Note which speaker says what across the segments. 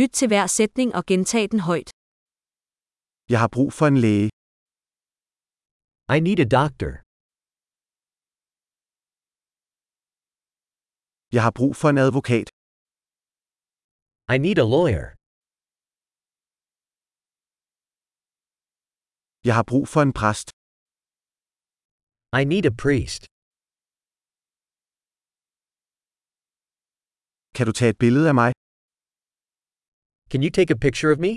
Speaker 1: Lyt til hver sætning og gentag den højt.
Speaker 2: Jeg har brug for en læge.
Speaker 3: I need a doctor.
Speaker 2: Jeg har brug for en advokat.
Speaker 3: I need a lawyer.
Speaker 2: Jeg har brug for en præst.
Speaker 3: I need a priest.
Speaker 2: Kan du tage et billede af mig?
Speaker 3: Can you take a picture of me?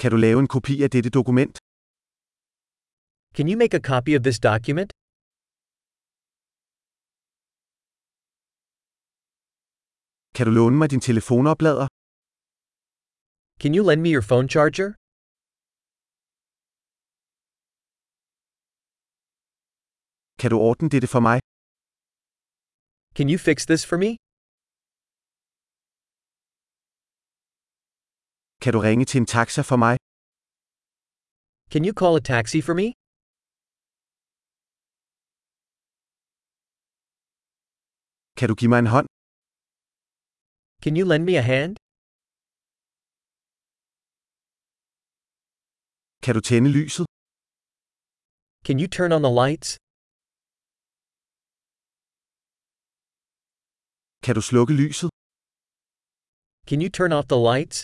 Speaker 2: Kan du lave en kopi af dette dokument?
Speaker 3: Can you make a copy of this document?
Speaker 2: Kan du låne mig din telefonoplader?
Speaker 3: Can you lend me your phone charger?
Speaker 2: Kan du ordne dette for mig?
Speaker 3: Can you fix this for me?
Speaker 2: Kan du ringe til en taxa for mig?
Speaker 3: Can you call a taxi for me?
Speaker 2: Kan du give mig en hånd?
Speaker 3: Can you lend me a hand?
Speaker 2: Kan du tænde lyset?
Speaker 3: Can you turn on the lights?
Speaker 2: Kan du slukke lyset?
Speaker 3: Can you turn off the lights?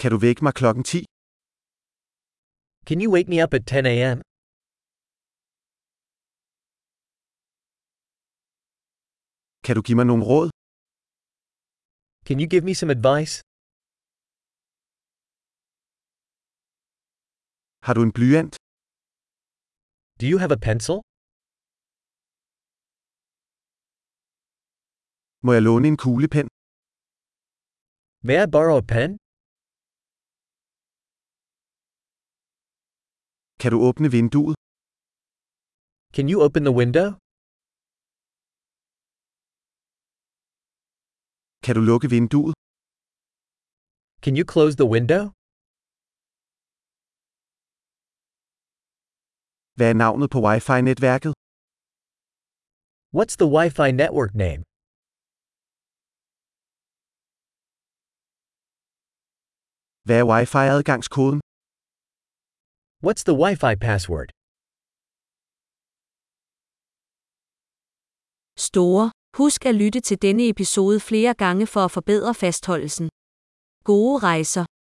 Speaker 2: Kan du vække mig klokken 10?
Speaker 3: Can you wake me up at 10 a.m.?
Speaker 2: Kan du give mig nogle råd?
Speaker 3: Can you give me some advice?
Speaker 2: Har du en blyant?
Speaker 3: Do you have a pencil?
Speaker 2: Må jeg låne en kuglepen?
Speaker 3: May I borrow a pen?
Speaker 2: Kan du åbne vinduet?
Speaker 3: Can you open the window?
Speaker 2: Kan du lukke vinduet?
Speaker 3: Can you close the window?
Speaker 2: Hvad er navnet på wifi-netværket?
Speaker 3: What's the Wi Fi network name?
Speaker 2: Hvad er wifi-adgangskoden?
Speaker 3: What's the Wi Fi password?
Speaker 1: Store. Husk at lytte til denne episode flere gange for at forbedre fastholdelsen. Gode rejser.